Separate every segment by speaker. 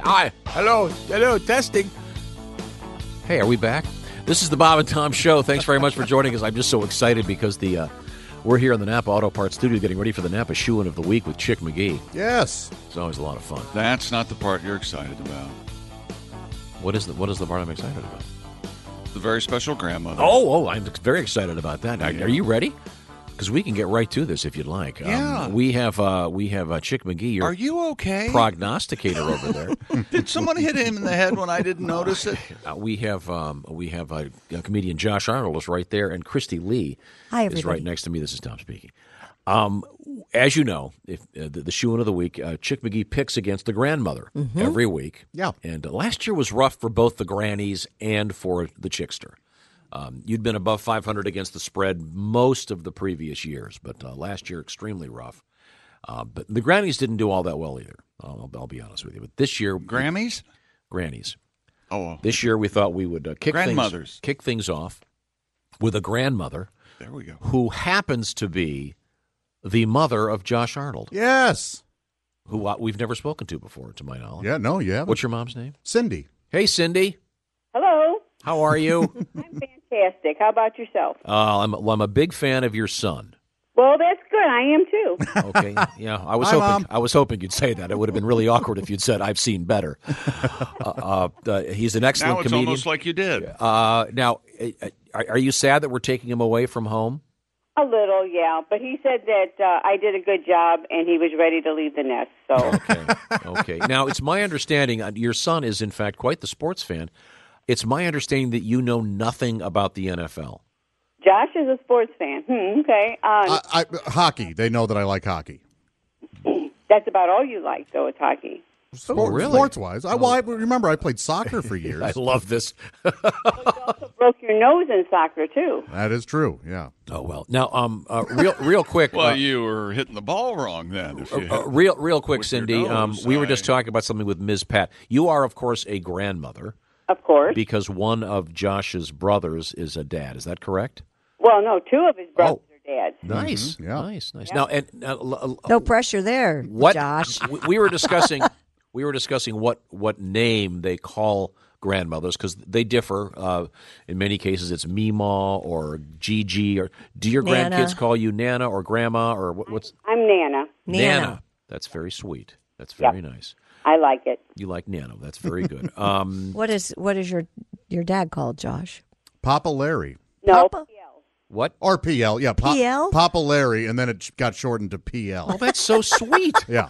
Speaker 1: Hi. Hello. Hello. Testing. Hey, are we back? This is the Bob and Tom Show. Thanks very much for joining us. I'm just so excited because the uh, we're here in the Napa Auto Parts Studio getting ready for the Napa Shoeing of the Week with Chick McGee.
Speaker 2: Yes.
Speaker 1: It's always a lot of fun.
Speaker 3: That's not the part you're excited about.
Speaker 1: What is the what is the part I'm excited about?
Speaker 3: The very special grandmother.
Speaker 1: Oh, oh, I'm very excited about that. Are- Are you ready? Because we can get right to this if you'd like. Um,
Speaker 3: Yeah.
Speaker 1: we have uh, we have uh, Chick McGee, your
Speaker 3: Are you okay?
Speaker 1: prognosticator over there.
Speaker 3: Did someone hit him in the head when I didn't notice it?
Speaker 1: Uh, we have um, we have uh, comedian Josh Arnold is right there, and Christy Lee
Speaker 4: Hi,
Speaker 1: is
Speaker 4: everybody.
Speaker 1: right next to me. This is Tom speaking. Um, as you know, if uh, the, the shoe in of the week, uh, Chick McGee picks against the grandmother
Speaker 4: Mm-hmm.
Speaker 1: every week.
Speaker 2: Yeah.
Speaker 1: and uh, last year was rough for both the grannies and for the chickster. Um, you'd been above 500 against the spread most of the previous years, but uh, last year extremely rough. Uh, but the grannies didn't do all that well either. I'll, I'll be honest with you. But this year,
Speaker 3: Grammys?
Speaker 1: grannies.
Speaker 3: Oh, well,
Speaker 1: This year, we thought we would uh, kick things
Speaker 3: Grandmothers.
Speaker 1: kick things off with a grandmother
Speaker 3: there we go.
Speaker 1: who happens to be the mother of Josh Arnold,
Speaker 2: Yes.
Speaker 1: who uh, we've never spoken to before, to my knowledge.
Speaker 2: Yeah, no, you haven't.
Speaker 1: What's your mom's name?
Speaker 2: Cindy.
Speaker 1: Hey, Cindy.
Speaker 5: Hello.
Speaker 1: How are you?
Speaker 5: I'm fantastic. How about yourself?
Speaker 1: uh, I'm, well, I'm a big fan of your son.
Speaker 5: Well, that's good. I am too.
Speaker 1: Okay. Yeah, I was
Speaker 2: Hi,
Speaker 1: hoping
Speaker 2: Mom.
Speaker 1: I was hoping you'd say that. It would have been really awkward if you'd said I've seen better. Uh, uh, uh, he's an excellent
Speaker 3: Now it's
Speaker 1: comedian.
Speaker 3: almost like you did.
Speaker 1: uh, now, uh, uh, are, are you sad that we're taking him away from home?
Speaker 5: A little, yeah. But he said that uh, I did a good job, and he was ready to leave the nest. So
Speaker 1: Okay. Okay. Now, it's my understanding uh, your son is, in fact, quite the sports fan. It's my understanding that you know nothing about the NFL.
Speaker 5: Josh is a sports fan. Hmm, okay. Um,
Speaker 2: I, I, hockey. They know that I like hockey.
Speaker 5: that's about all you like, though, is hockey.
Speaker 2: Sport-
Speaker 1: Oh, really? Oh.
Speaker 2: Sports-wise. I, well, I remember I played soccer for years.
Speaker 1: I love this.
Speaker 5: Broke your nose in soccer too.
Speaker 2: that is true, yeah.
Speaker 1: Oh well. Now, um, uh, real, real quick.
Speaker 3: Well,
Speaker 1: uh,
Speaker 3: you were hitting the ball wrong then. If you hit
Speaker 1: uh,
Speaker 3: it.
Speaker 1: real, real quick,
Speaker 3: With your
Speaker 1: Cindy. um,
Speaker 3: nose,
Speaker 1: we were
Speaker 3: I-
Speaker 1: just talking about something with Ms. Pat. You are, of course, a grandmother
Speaker 5: Of course.
Speaker 1: because one of Josh's brothers is a dad. Is that correct?
Speaker 5: well, no, two of his brothers are dads.
Speaker 1: Nice.
Speaker 3: Mm-hmm.
Speaker 2: yeah.
Speaker 1: Nice. Nice. Now, and now, l- l-
Speaker 4: No pressure there,
Speaker 1: what
Speaker 4: Josh.
Speaker 1: we, we were discussing we were discussing what what name they call grandmothers because they differ uh, in many cases it's mima or gigi or do your
Speaker 4: Nana.
Speaker 1: grandkids call you nana or grandma or what, what's
Speaker 5: I'm Nana.
Speaker 4: Nana.
Speaker 1: that's very sweet that's very nice
Speaker 5: I like it.
Speaker 1: you like nana that's very good um,
Speaker 4: What is what is your your dad called, Josh?
Speaker 2: Papa Larry.
Speaker 5: No.
Speaker 4: Papa?
Speaker 5: PL.
Speaker 1: what
Speaker 2: Or PL. Yeah, Pop-
Speaker 4: PL?
Speaker 2: Papa Larry, and then it got shortened to
Speaker 1: oh
Speaker 2: PL.
Speaker 1: that's so sweet
Speaker 2: yeah.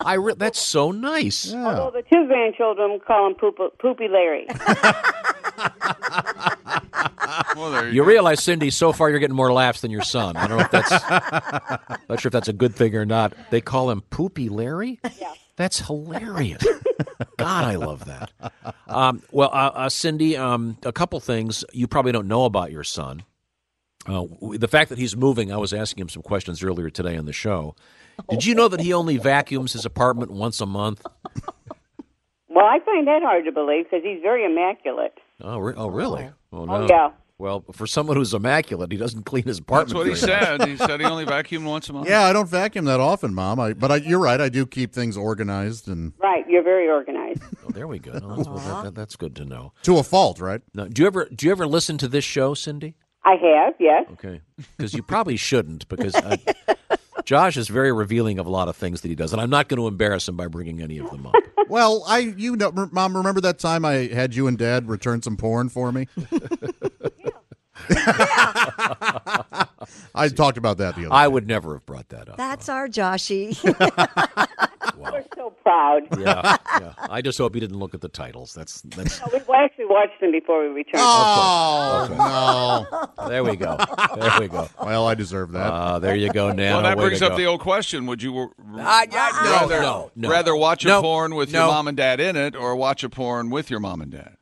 Speaker 1: i re- that's so nice
Speaker 2: Yeah.
Speaker 5: Well, the two grandchildren call him Poop- Poopy Larry.
Speaker 3: well, there you
Speaker 1: you realize cindy so far you're getting more laughs than your son i don't know if that's not sure if that's a good thing or not they call him poopy larry
Speaker 5: Yeah.
Speaker 1: That's hilarious. God, I love that. Um, well, uh, uh, Cindy, um, a couple things you probably don't know about your son. Uh, w- the fact that he's moving, I was asking him some questions earlier today on the show. Did you know that he only vacuums his apartment once a month?
Speaker 5: Well, I find that hard to believe because he's very immaculate.
Speaker 1: Oh, re- oh really? Oh, no.
Speaker 5: Oh, yeah.
Speaker 1: Well, for someone who's immaculate, he doesn't clean his
Speaker 3: go.
Speaker 1: apartment.
Speaker 3: That's what he
Speaker 1: very much.
Speaker 3: said. He said he only vacuumed once a month.
Speaker 2: Yeah, I don't vacuum that often, Mom. I, but I, you're right. I do keep things organized and
Speaker 5: Right. You're very organized.
Speaker 1: Oh, there we go. Oh, that's, well, that- that- that's good to know.
Speaker 2: to a fault, right?
Speaker 1: Now, do you ever do you ever listen to this show, Cindy?
Speaker 5: I have, yes.
Speaker 1: Okay. Because you probably shouldn't, because uh, Josh is very revealing of a lot of things that he does, and I'm not going to embarrass him by bringing any of them up.
Speaker 2: Well, I, you know, m- Mom, remember that time I had you and Dad return some porn for me? I talked about that the other
Speaker 1: I would never have brought that up.
Speaker 4: That's our Joshy.
Speaker 5: We're so proud.
Speaker 1: yeah, yeah. I just hope he didn't look at the titles. That's that's.
Speaker 5: No, we actually watched them before we returned.
Speaker 2: Oh no!
Speaker 1: There we go. There we go.
Speaker 2: Well, I deserve that.
Speaker 1: Uh, there you go, Nana.
Speaker 3: Well, that
Speaker 1: Way to
Speaker 3: brings up
Speaker 1: go.
Speaker 3: the old question: Would you r-
Speaker 1: Ah, yeah, no,
Speaker 3: rather,
Speaker 1: no, no.
Speaker 3: rather watch a
Speaker 1: No,
Speaker 3: porn with
Speaker 1: no.
Speaker 3: your mom and dad in it, or watch a porn with your mom and dad?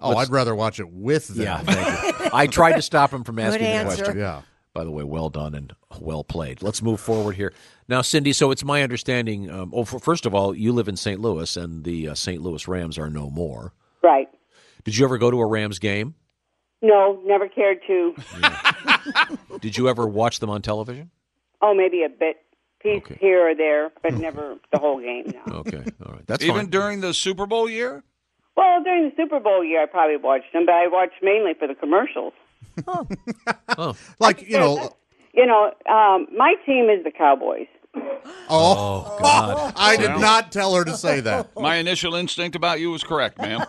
Speaker 2: oh, I'd rather watch it with them.
Speaker 1: Yeah, thank you. I tried to stop him from asking the
Speaker 4: answer.
Speaker 1: question.
Speaker 2: Yeah.
Speaker 1: By the way, well done and well played. Let's move forward here now, Cindy. So it's my understanding. Um, oh, f first of all, you live in St. Louis, and the uh, St. Louis Rams are no more.
Speaker 5: Right.
Speaker 1: Did you ever go to a Rams game?
Speaker 5: No, never cared to.
Speaker 1: Did you ever watch them on television?
Speaker 5: Oh, maybe a bit. He's
Speaker 1: Okay. Oh.
Speaker 5: here or there, but never the whole game. No.
Speaker 1: Okay, all right. That's
Speaker 3: Even
Speaker 1: fine.
Speaker 3: during the Super Bowl year?
Speaker 5: Well, during the Super Bowl year, I probably watched him, but I watched mainly for the commercials.
Speaker 1: Oh.
Speaker 2: Like you know,
Speaker 5: You know, um, my team is the Cowboys.
Speaker 2: oh,
Speaker 1: oh God.
Speaker 2: I did not tell her to say that.
Speaker 3: My initial instinct about you was correct, ma'am.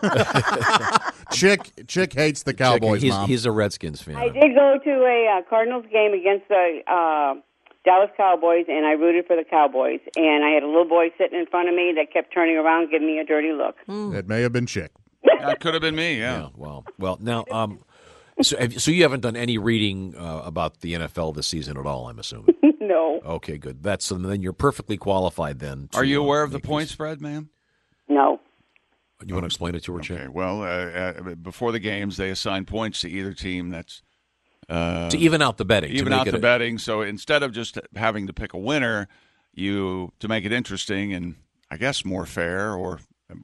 Speaker 2: Chick, chick hates the Cowboys.
Speaker 1: he's,
Speaker 2: mom.
Speaker 1: he's a Redskins fan.
Speaker 5: I did go to a uh, Cardinals game against the uh, Dallas Cowboys, and I rooted for the Cowboys. And I had a little boy sitting in front of me that kept turning around, giving me a dirty look.
Speaker 1: Hmm.
Speaker 2: it may have been chick.
Speaker 3: that could have been me, yeah.
Speaker 1: Yeah, well, Oh, well, now, um, so have, you- so you haven't done any reading uh, about the NFL this season at all, I'm assuming.
Speaker 5: no,
Speaker 1: Okay, good. That's so then you're perfectly qualified. Then, to,
Speaker 3: Are you
Speaker 1: uh,
Speaker 3: aware of the
Speaker 1: make
Speaker 3: point spread, ma'am?
Speaker 5: no.
Speaker 1: this- You want to explain it to her, Chad?
Speaker 3: Okay, well, uh, uh, before the games, they assign points to either team. That's
Speaker 1: to even out the betting, to
Speaker 3: uh, even
Speaker 1: make
Speaker 3: out
Speaker 1: it
Speaker 3: the
Speaker 1: a-
Speaker 3: betting. So instead of just having to pick a winner, you to make it interesting and I guess more fair or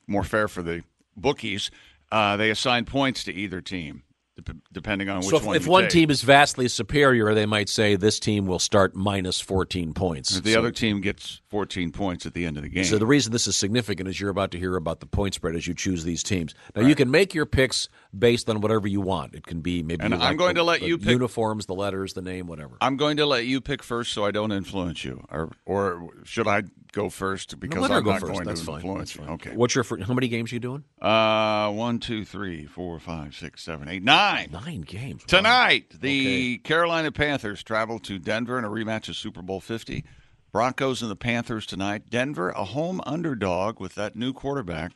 Speaker 3: more fair for the bookies, uh, they assign points to either team dep- depending on which
Speaker 1: So if,
Speaker 3: one.
Speaker 1: if
Speaker 3: you
Speaker 1: one
Speaker 3: take.
Speaker 1: team is vastly superior, they might say this team will start minus 14 points.
Speaker 3: the
Speaker 1: so,
Speaker 3: other team gets 14 points at the end of the game.
Speaker 1: so the reason this is significant is you're about to hear about the point spread as you choose these teams. Now you can make your picks based on whatever you want. It can be maybe
Speaker 3: And
Speaker 1: you
Speaker 3: I'm
Speaker 1: like
Speaker 3: going
Speaker 1: the-
Speaker 3: to let
Speaker 1: the
Speaker 3: you pick-
Speaker 1: uniforms, the letters, the name, whatever.
Speaker 3: I'm going to let you pick first, so I don't influence you, or or should I go first because
Speaker 1: let her
Speaker 3: I'm
Speaker 1: go
Speaker 3: not
Speaker 1: first.
Speaker 3: going
Speaker 1: That's
Speaker 3: to
Speaker 1: fine.
Speaker 3: influence you? Okay.
Speaker 1: What's your fir- how many games are you doing?
Speaker 3: Uh, one, two, three, four, five, six, seven, eight, nine.
Speaker 1: Nine games Wow.
Speaker 3: Tonight, the Carolina Panthers travel to Denver in a rematch of Super Bowl 50. Broncos and the Panthers tonight. Denver, a home underdog with that new quarterback.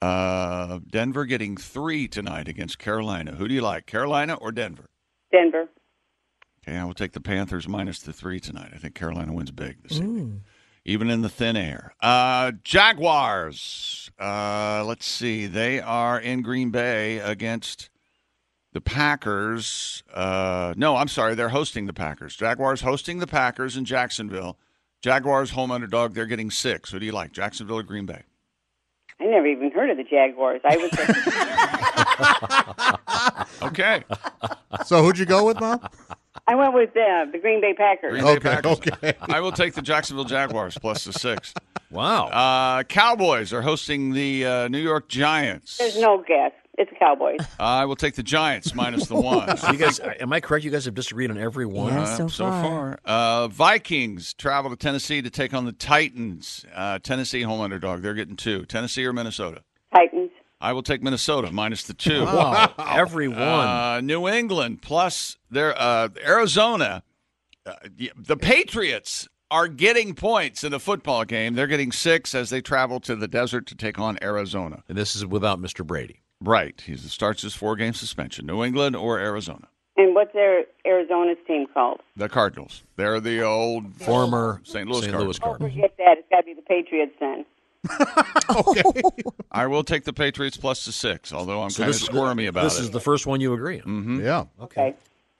Speaker 3: Uh, Denver getting three tonight against Carolina. Who do you like, Carolina or Denver?
Speaker 5: Denver.
Speaker 3: Okay, I will take the Panthers minus the three tonight. I think Carolina wins big this evening, even in the thin air. Uh, Jaguars. Uh, let's see. They are in Green Bay against the Packers. Uh, no, I'm sorry. They're hosting the Packers. Jaguars hosting the Packers in Jacksonville. Jaguars home underdog. They're getting six. Who do you like, Jacksonville or Green Bay?
Speaker 5: I never even heard of the Jaguars. I was
Speaker 3: Okay.
Speaker 2: So who'd you go with, mom?
Speaker 1: Mm-hmm.
Speaker 5: I went with uh, the Green Bay Packers.
Speaker 3: Green Bay
Speaker 2: Okay,
Speaker 3: Packers.
Speaker 2: okay.
Speaker 3: I will take the Jacksonville Jaguars plus the six.
Speaker 1: Wow.
Speaker 3: Uh, Cowboys are hosting the uh, New York Giants.
Speaker 5: There's no guess. It's the Cowboys.
Speaker 3: I will take the Giants minus the one.
Speaker 1: you guys, am I correct? You guys have disagreed on every one.
Speaker 4: Yeah.
Speaker 3: Uh,
Speaker 4: So
Speaker 3: far,
Speaker 4: far.
Speaker 3: Uh, Vikings travel to Tennessee to take on the Titans. Uh, Tennessee home underdog. They're getting two. Tennessee or Minnesota.
Speaker 5: Titans.
Speaker 3: I will take Minnesota minus the two.
Speaker 1: Wow, every one.
Speaker 3: Uh, New England plus their uh, Arizona. Uh, the- the Patriots are getting points in the football game. They're getting six as they travel to the desert to take on Arizona.
Speaker 1: and this is without Mr. Brady.
Speaker 3: Right. He starts his four game suspension. New England or Arizona.
Speaker 5: And what's their Arizona's team called?
Speaker 3: The Cardinals. They're the old
Speaker 1: Former
Speaker 3: St. Louis
Speaker 1: St. Louis
Speaker 3: Cardinals.
Speaker 5: Oh,
Speaker 1: Cardinals.
Speaker 5: forget that. It's got to be the Patriots then.
Speaker 3: I will take the Patriots plus the six, although I'm kind of squirmy about
Speaker 1: this
Speaker 3: it.
Speaker 1: is the first one you agree on.
Speaker 2: Yeah.
Speaker 5: Okay.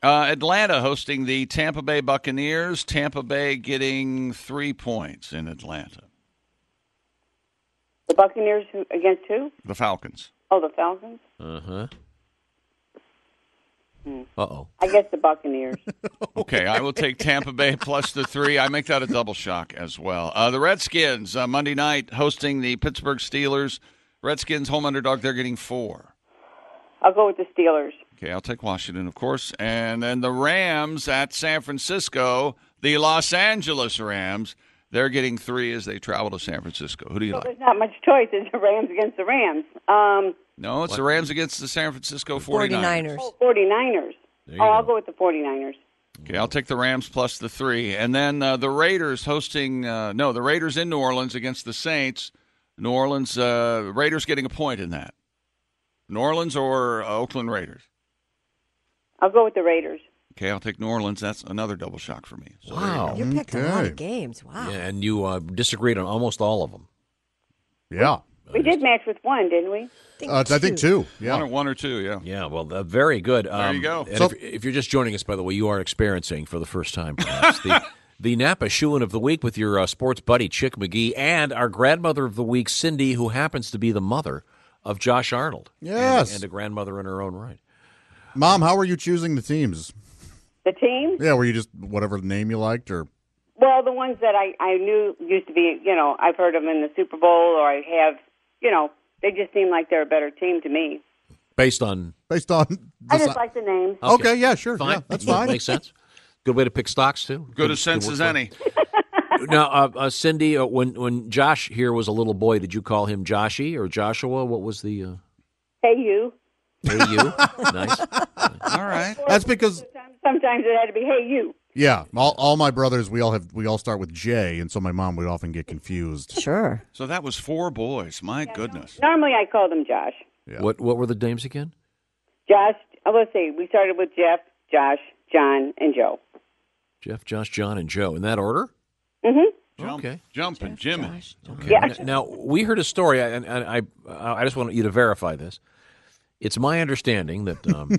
Speaker 3: uh, Atlanta hosting the Tampa Bay Buccaneers. Tampa Bay getting three points in Atlanta.
Speaker 5: The Buccaneers who, against who?
Speaker 3: The Falcons.
Speaker 5: Oh, the Falcons.
Speaker 1: Uh huh. Uh oh.
Speaker 5: I guess the Buccaneers.
Speaker 3: Okay, I will take Tampa Bay plus the three. I make that a double shock as well. Uh, the Redskins uh, Monday night hosting the Pittsburgh Steelers. Redskins home underdog. They're getting four.
Speaker 5: I'll go with the Steelers.
Speaker 3: Okay, I'll take Washington, of course. And then the Rams at San Francisco, the Los Angeles Rams, they're getting three as they travel to San Francisco. Who do you like?
Speaker 5: There's not much choice. It's the Rams against the Rams. Um,
Speaker 3: No, it's the Rams against the San Francisco 49ers.
Speaker 4: 49ers.
Speaker 5: oh, 49ers. Oh, I'll go with the 49ers.
Speaker 3: Okay, I'll take the Rams plus the three. And then uh, the Raiders hosting, uh, no, the Raiders in New Orleans against the Saints. New Orleans, uh, Raiders getting a point in that. New Orleans or uh, Oakland Raiders?
Speaker 5: I'll go with the Raiders.
Speaker 3: Okay, I'll take New Orleans. That's another double shock for me. So there you
Speaker 1: Wow.
Speaker 4: You picked a lot
Speaker 2: Okay.
Speaker 4: of games. Wow.
Speaker 1: Yeah, and you uh, disagreed on almost all of them.
Speaker 2: Yeah.
Speaker 5: We did match with one, didn't we?
Speaker 2: Uh, I think two.
Speaker 3: go. One, or,
Speaker 2: Yeah.
Speaker 3: one or two, yeah.
Speaker 1: Yeah, well, uh, very good. Um,
Speaker 3: you go.
Speaker 1: and
Speaker 2: So-
Speaker 1: if, if you're just joining us, by the way, you are experiencing for the first time perhaps the, the Napa Shoein of the Week with your uh, sports buddy, Chick McGee, and our grandmother of the week, Cindy, who happens to be the mother of Josh Arnold. and-
Speaker 2: Yes.
Speaker 1: And, a grandmother in her own right.
Speaker 2: Mom, how are you choosing the teams?
Speaker 5: The team?
Speaker 2: Yeah, were you just whatever name you liked or
Speaker 5: Well, the ones that I I knew used to be, you know, I've heard them in the Super Bowl, or I have, you know, they just seem like they're a better team to me.
Speaker 1: based on
Speaker 2: Based on the
Speaker 5: I just Oh.
Speaker 2: si-
Speaker 5: like the names.
Speaker 2: okay. yeah, sure.
Speaker 1: fine.
Speaker 2: Yeah, that's
Speaker 1: That
Speaker 2: fine.
Speaker 1: Makes sense. Good way to pick stocks too.
Speaker 3: Good
Speaker 1: Good-
Speaker 3: a sense
Speaker 1: good
Speaker 3: as
Speaker 1: work.
Speaker 3: any.
Speaker 1: Now, uh, uh, Cindy, uh, when when Josh here was a little boy, did you call him Joshy or Joshua? What was the uh,
Speaker 5: Hey, you.
Speaker 1: hey you? nice.
Speaker 3: All right.
Speaker 2: That's because
Speaker 5: Sometimes, sometimes it had to be hey you.
Speaker 2: yeah, all, all my brothers we all have we all start with J, and so my mom would often get confused.
Speaker 4: Sure.
Speaker 3: So that was four boys. My goodness.
Speaker 5: Normally, I call them Josh.
Speaker 1: What what were the names again?
Speaker 5: Josh. Oh, let's see. We started with Jeff, Josh, John, and Joe.
Speaker 1: Jeff, Josh, John, and Joe in that order.
Speaker 3: Jump,
Speaker 1: Okay.
Speaker 3: Jumping, Jimmy.
Speaker 5: Yeah.
Speaker 1: N- Now we heard a story, and, and I uh, I just want you to verify this. It's my understanding that um,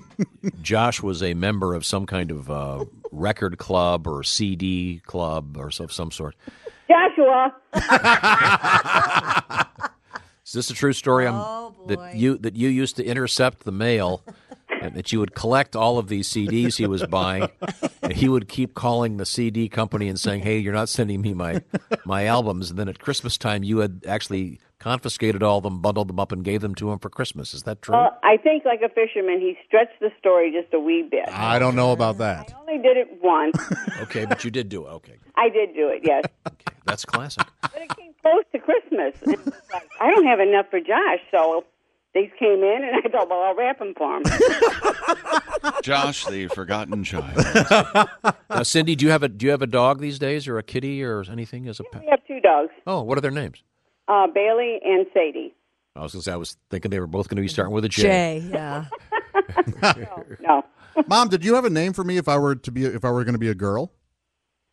Speaker 1: Josh was a member of some kind of uh, record club or CD club or so- of some sort.
Speaker 5: Joshua.
Speaker 1: Is this a true story? I'm, That you that you used to intercept the mail, and that you would collect all of these CDs he was buying, and he would keep calling the CD company and saying, "Hey, you're not sending me my my albums." And then at Christmas time, you had actually confiscated all of them, bundled them up, and gave them to him for Christmas. Is that true?
Speaker 5: Well, I think like a fisherman, he stretched the story just a wee bit.
Speaker 2: I don't know about that.
Speaker 5: I only did it once.
Speaker 1: okay, but you did do it. Okay,
Speaker 5: I did do it, yes.
Speaker 1: okay. that's classic.
Speaker 5: But it came close to Christmas. And it was like, I don't have enough for Josh, so these came in, and I thought, well, I'll wrap them for him.
Speaker 3: Josh, the forgotten child.
Speaker 1: Now, Cindy, do you have a do you have a dog these days, or a kitty, or anything as a pet?
Speaker 5: we have two dogs,
Speaker 1: Oh, what are their names?
Speaker 5: uh, Bailey and Sadie.
Speaker 1: I was gonna say I was thinking they were both going to be starting with a J.
Speaker 4: Jay. Yeah.
Speaker 5: No,
Speaker 2: Mom, did you have a name for me if I were to be if I were going to be a girl?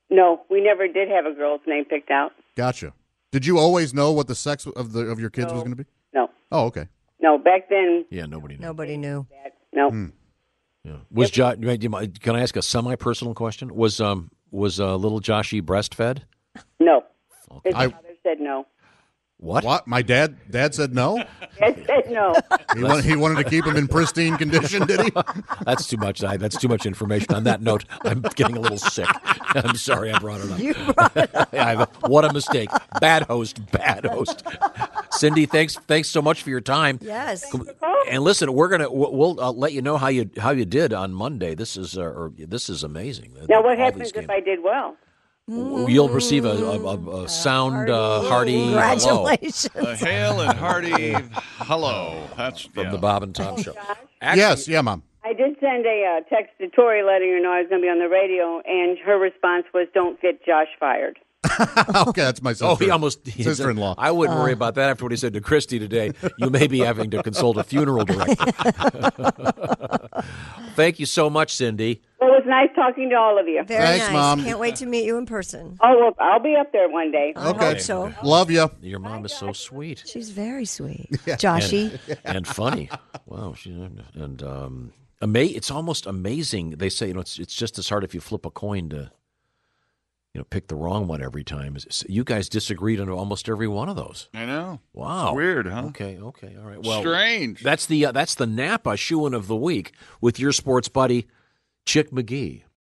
Speaker 5: no, we never did have a girl's name picked out.
Speaker 2: Gotcha. Did you always know what the sex of the of your kids was
Speaker 5: No.
Speaker 2: going to be?
Speaker 5: No,
Speaker 2: Oh, okay.
Speaker 5: no, back then,
Speaker 1: Yeah, nobody knows.
Speaker 4: Nobody knew.
Speaker 5: no.
Speaker 1: Hmm. Yeah. Was Josh? Can I ask a semi-personal question? Was um was uh, little Joshy breastfed?
Speaker 5: No. His
Speaker 2: I-
Speaker 5: father said no.
Speaker 1: What?
Speaker 2: What? My dad dad said no.
Speaker 5: Dad said no.
Speaker 2: He, wanted, he wanted to keep him in pristine condition, did he?
Speaker 1: That's too much. I, that's too much information. On that note, I'm getting a little sick. I'm sorry I brought it up. Yeah, I- what a mistake! Bad host. Bad host. Cindy, thanks thanks so much for your time.
Speaker 4: Yes.
Speaker 1: And listen, we're gonna we'll, we'll uh, let you know how you how you did on Monday. This is uh, or this is amazing.
Speaker 5: Now,
Speaker 1: All
Speaker 5: what
Speaker 1: these
Speaker 5: happens
Speaker 1: games.
Speaker 5: if I did well?
Speaker 1: You'll receive a, a, a, a sound uh, hearty hello.
Speaker 4: Congratulations.
Speaker 3: The hail and hearty hello. That's
Speaker 1: from
Speaker 3: yeah.
Speaker 1: the Bob and Tom show.
Speaker 2: yes, yeah, mom.
Speaker 5: I did send a uh, text to Tori letting her know I was going to be on the radio, and her response was, "Don't get Josh fired."
Speaker 2: okay, that's my sister.
Speaker 1: Oh, he almost he said-
Speaker 2: sister-in-law.
Speaker 1: I wouldn't worry about that after what he said to Christy today. You may be having to consult a funeral director. Thank you so much, Cindy.
Speaker 5: Well, it was nice talking to all of you.
Speaker 4: Very
Speaker 2: Thanks,
Speaker 4: nice.
Speaker 2: Mom.
Speaker 4: Can't wait to meet you in person.
Speaker 5: Oh, well, I'll be up there one day.
Speaker 4: I
Speaker 2: Okay.
Speaker 4: hope so.
Speaker 2: Love you.
Speaker 1: Your mom is so sweet
Speaker 4: She's very sweet. Joshy.
Speaker 1: and funny. Wow, she and um, ama- It's almost amazing. They say you know it's it's just as hard if you flip a coin to. You know, pick the wrong one every time. It's- You guys disagreed on almost every one of those.
Speaker 3: I know.
Speaker 1: Wow,
Speaker 3: Weird, huh?
Speaker 1: Okay, okay, all right. Well,
Speaker 3: Strange.
Speaker 1: That's the uh, that's the Napa shoeing of the week with your sports buddy Chick McGee.